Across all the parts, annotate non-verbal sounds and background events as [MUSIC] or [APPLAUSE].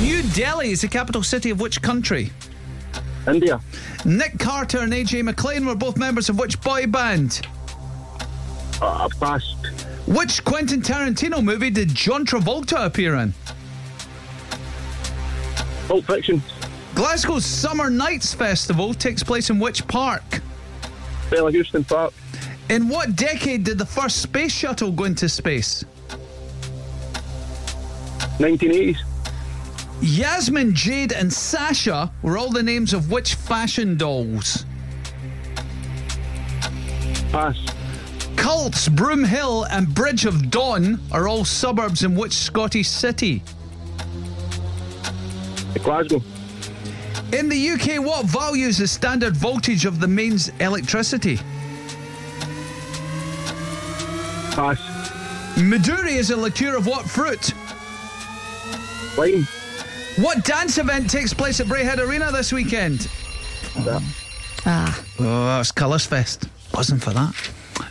New Delhi is the capital city of which country? India. Nick Carter and AJ McLean were both members of which boy band? Uh, past. Which Quentin Tarantino movie did John Travolta appear in? Pulp Fiction. Glasgow's Summer Nights Festival takes place in which park? Bella Houston Park. In what decade did the first space shuttle go into space? 1980s. Yasmin, Jade, and Sasha were all the names of which fashion dolls? Pass. Cults, Broomhill, and Bridge of Dawn are all suburbs in which Scottish city? Glasgow. In the UK, what value is the standard voltage of the mains electricity? Pass. Maduri is a liqueur of what fruit? Lime. What dance event takes place at Brayhead Arena this weekend? Ah, Oh, it's Colours Fest. Buzzing for that.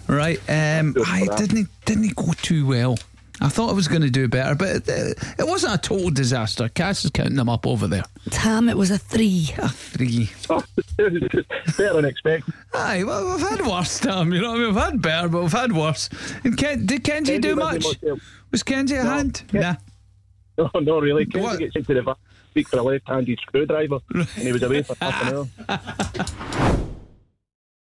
Right. Um, Good for I that. didn't didn't go too well. I thought I was going to do better, but it, it wasn't a total disaster. Cass is counting them up over there. Tam, it was a three. A three. [LAUGHS] Oh, [LAUGHS] better than expected. [LAUGHS] Aye, well, we've had worse, Tom. You know what I mean? We've had better, but we've had worse. And Ken, did Kenji, Kenji do much? wasn't much help. Was Kenji a No. hand? Ken- Nah. No, no, really. Can What? you get sent to the back? Speak for a left-handed screwdriver, and he was away for half an hour.